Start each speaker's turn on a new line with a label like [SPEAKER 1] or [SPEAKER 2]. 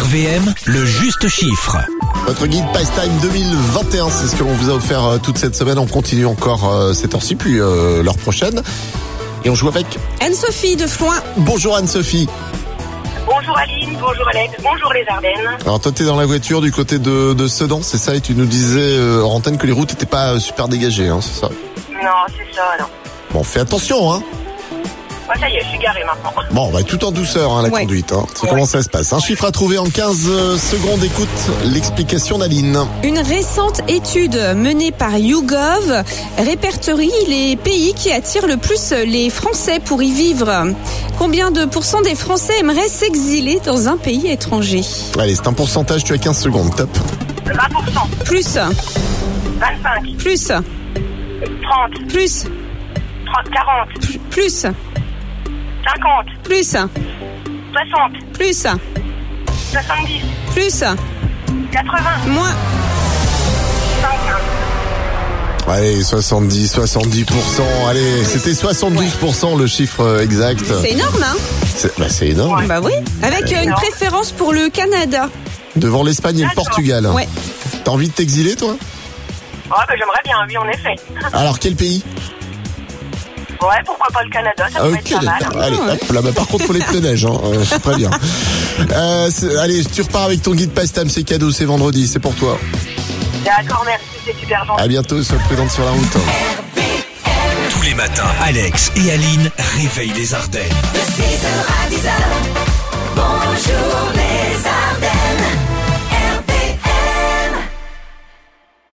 [SPEAKER 1] RVM, le juste chiffre.
[SPEAKER 2] Votre guide Pastime 2021, c'est ce que l'on vous a offert euh, toute cette semaine. On continue encore euh, cette heure-ci, puis euh, l'heure prochaine. Et on joue avec.
[SPEAKER 3] Anne-Sophie de Floin.
[SPEAKER 2] Bonjour Anne-Sophie.
[SPEAKER 4] Bonjour Aline, bonjour Alex, bonjour les Ardennes.
[SPEAKER 2] Alors toi, t'es dans la voiture du côté de, de Sedan, c'est ça Et tu nous disais euh, en antenne que les routes n'étaient pas euh, super dégagées, hein, c'est ça
[SPEAKER 4] Non, c'est ça, non.
[SPEAKER 2] Bon, fais attention, hein.
[SPEAKER 4] Moi, ça y est, je suis garée maintenant.
[SPEAKER 2] Bon, bah, tout en douceur, hein, la
[SPEAKER 3] Ouais.
[SPEAKER 2] conduite. Hein. C'est
[SPEAKER 4] Ouais.
[SPEAKER 2] comment ça se passe. Un chiffre à trouver en 15 euh, secondes. Écoute l'explication d'Aline.
[SPEAKER 3] Une récente étude menée par YouGov répertorie les pays qui attirent le plus les Français pour y vivre. Combien de pourcents des Français aimeraient s'exiler dans un pays étranger
[SPEAKER 2] Allez, c'est un pourcentage, tu as 15 secondes. Top.
[SPEAKER 4] 20%,
[SPEAKER 3] Plus,
[SPEAKER 4] 25,
[SPEAKER 3] plus,
[SPEAKER 4] 30,
[SPEAKER 3] plus,
[SPEAKER 4] 30, 40,
[SPEAKER 3] plus,
[SPEAKER 4] 50,
[SPEAKER 3] plus,
[SPEAKER 4] 60,
[SPEAKER 3] plus,
[SPEAKER 4] 70,
[SPEAKER 3] plus,
[SPEAKER 4] 80,
[SPEAKER 3] moins.
[SPEAKER 4] 50.
[SPEAKER 2] Allez, 70, 70%. Allez, c'était 72% le chiffre euh, exact.
[SPEAKER 3] C'est énorme, hein
[SPEAKER 2] C'est bah, c'est énorme.
[SPEAKER 3] Bah oui. Avec euh, une
[SPEAKER 4] énorme.
[SPEAKER 3] préférence pour le Canada.
[SPEAKER 2] Devant l'Espagne et le
[SPEAKER 4] D'accord.
[SPEAKER 2] Portugal.
[SPEAKER 3] Ouais.
[SPEAKER 2] T'as envie de t'exiler, toi
[SPEAKER 4] Ouais, bah, j'aimerais bien, oui, en effet.
[SPEAKER 2] Alors, quel pays
[SPEAKER 4] Ouais, pourquoi pas le Canada, bah, ça
[SPEAKER 2] Ah,
[SPEAKER 4] pourrait
[SPEAKER 2] Ok,
[SPEAKER 4] être pas
[SPEAKER 2] d'accord.
[SPEAKER 4] mal.
[SPEAKER 2] allez, hop, là, bah, par contre, faut les pneus neige, hein, euh, je préviens. Euh, c'est- allez, tu repars avec ton guide Pastam, c'est cadeau, c'est vendredi, c'est pour toi.
[SPEAKER 4] D'accord, merci, c'est super gentil.
[SPEAKER 2] À bientôt, sois prudente sur la route.
[SPEAKER 1] Tous les matins, Alex et Aline réveillent les Ardennes.
[SPEAKER 5] De 6h à 10h, bonjour les Ardennes.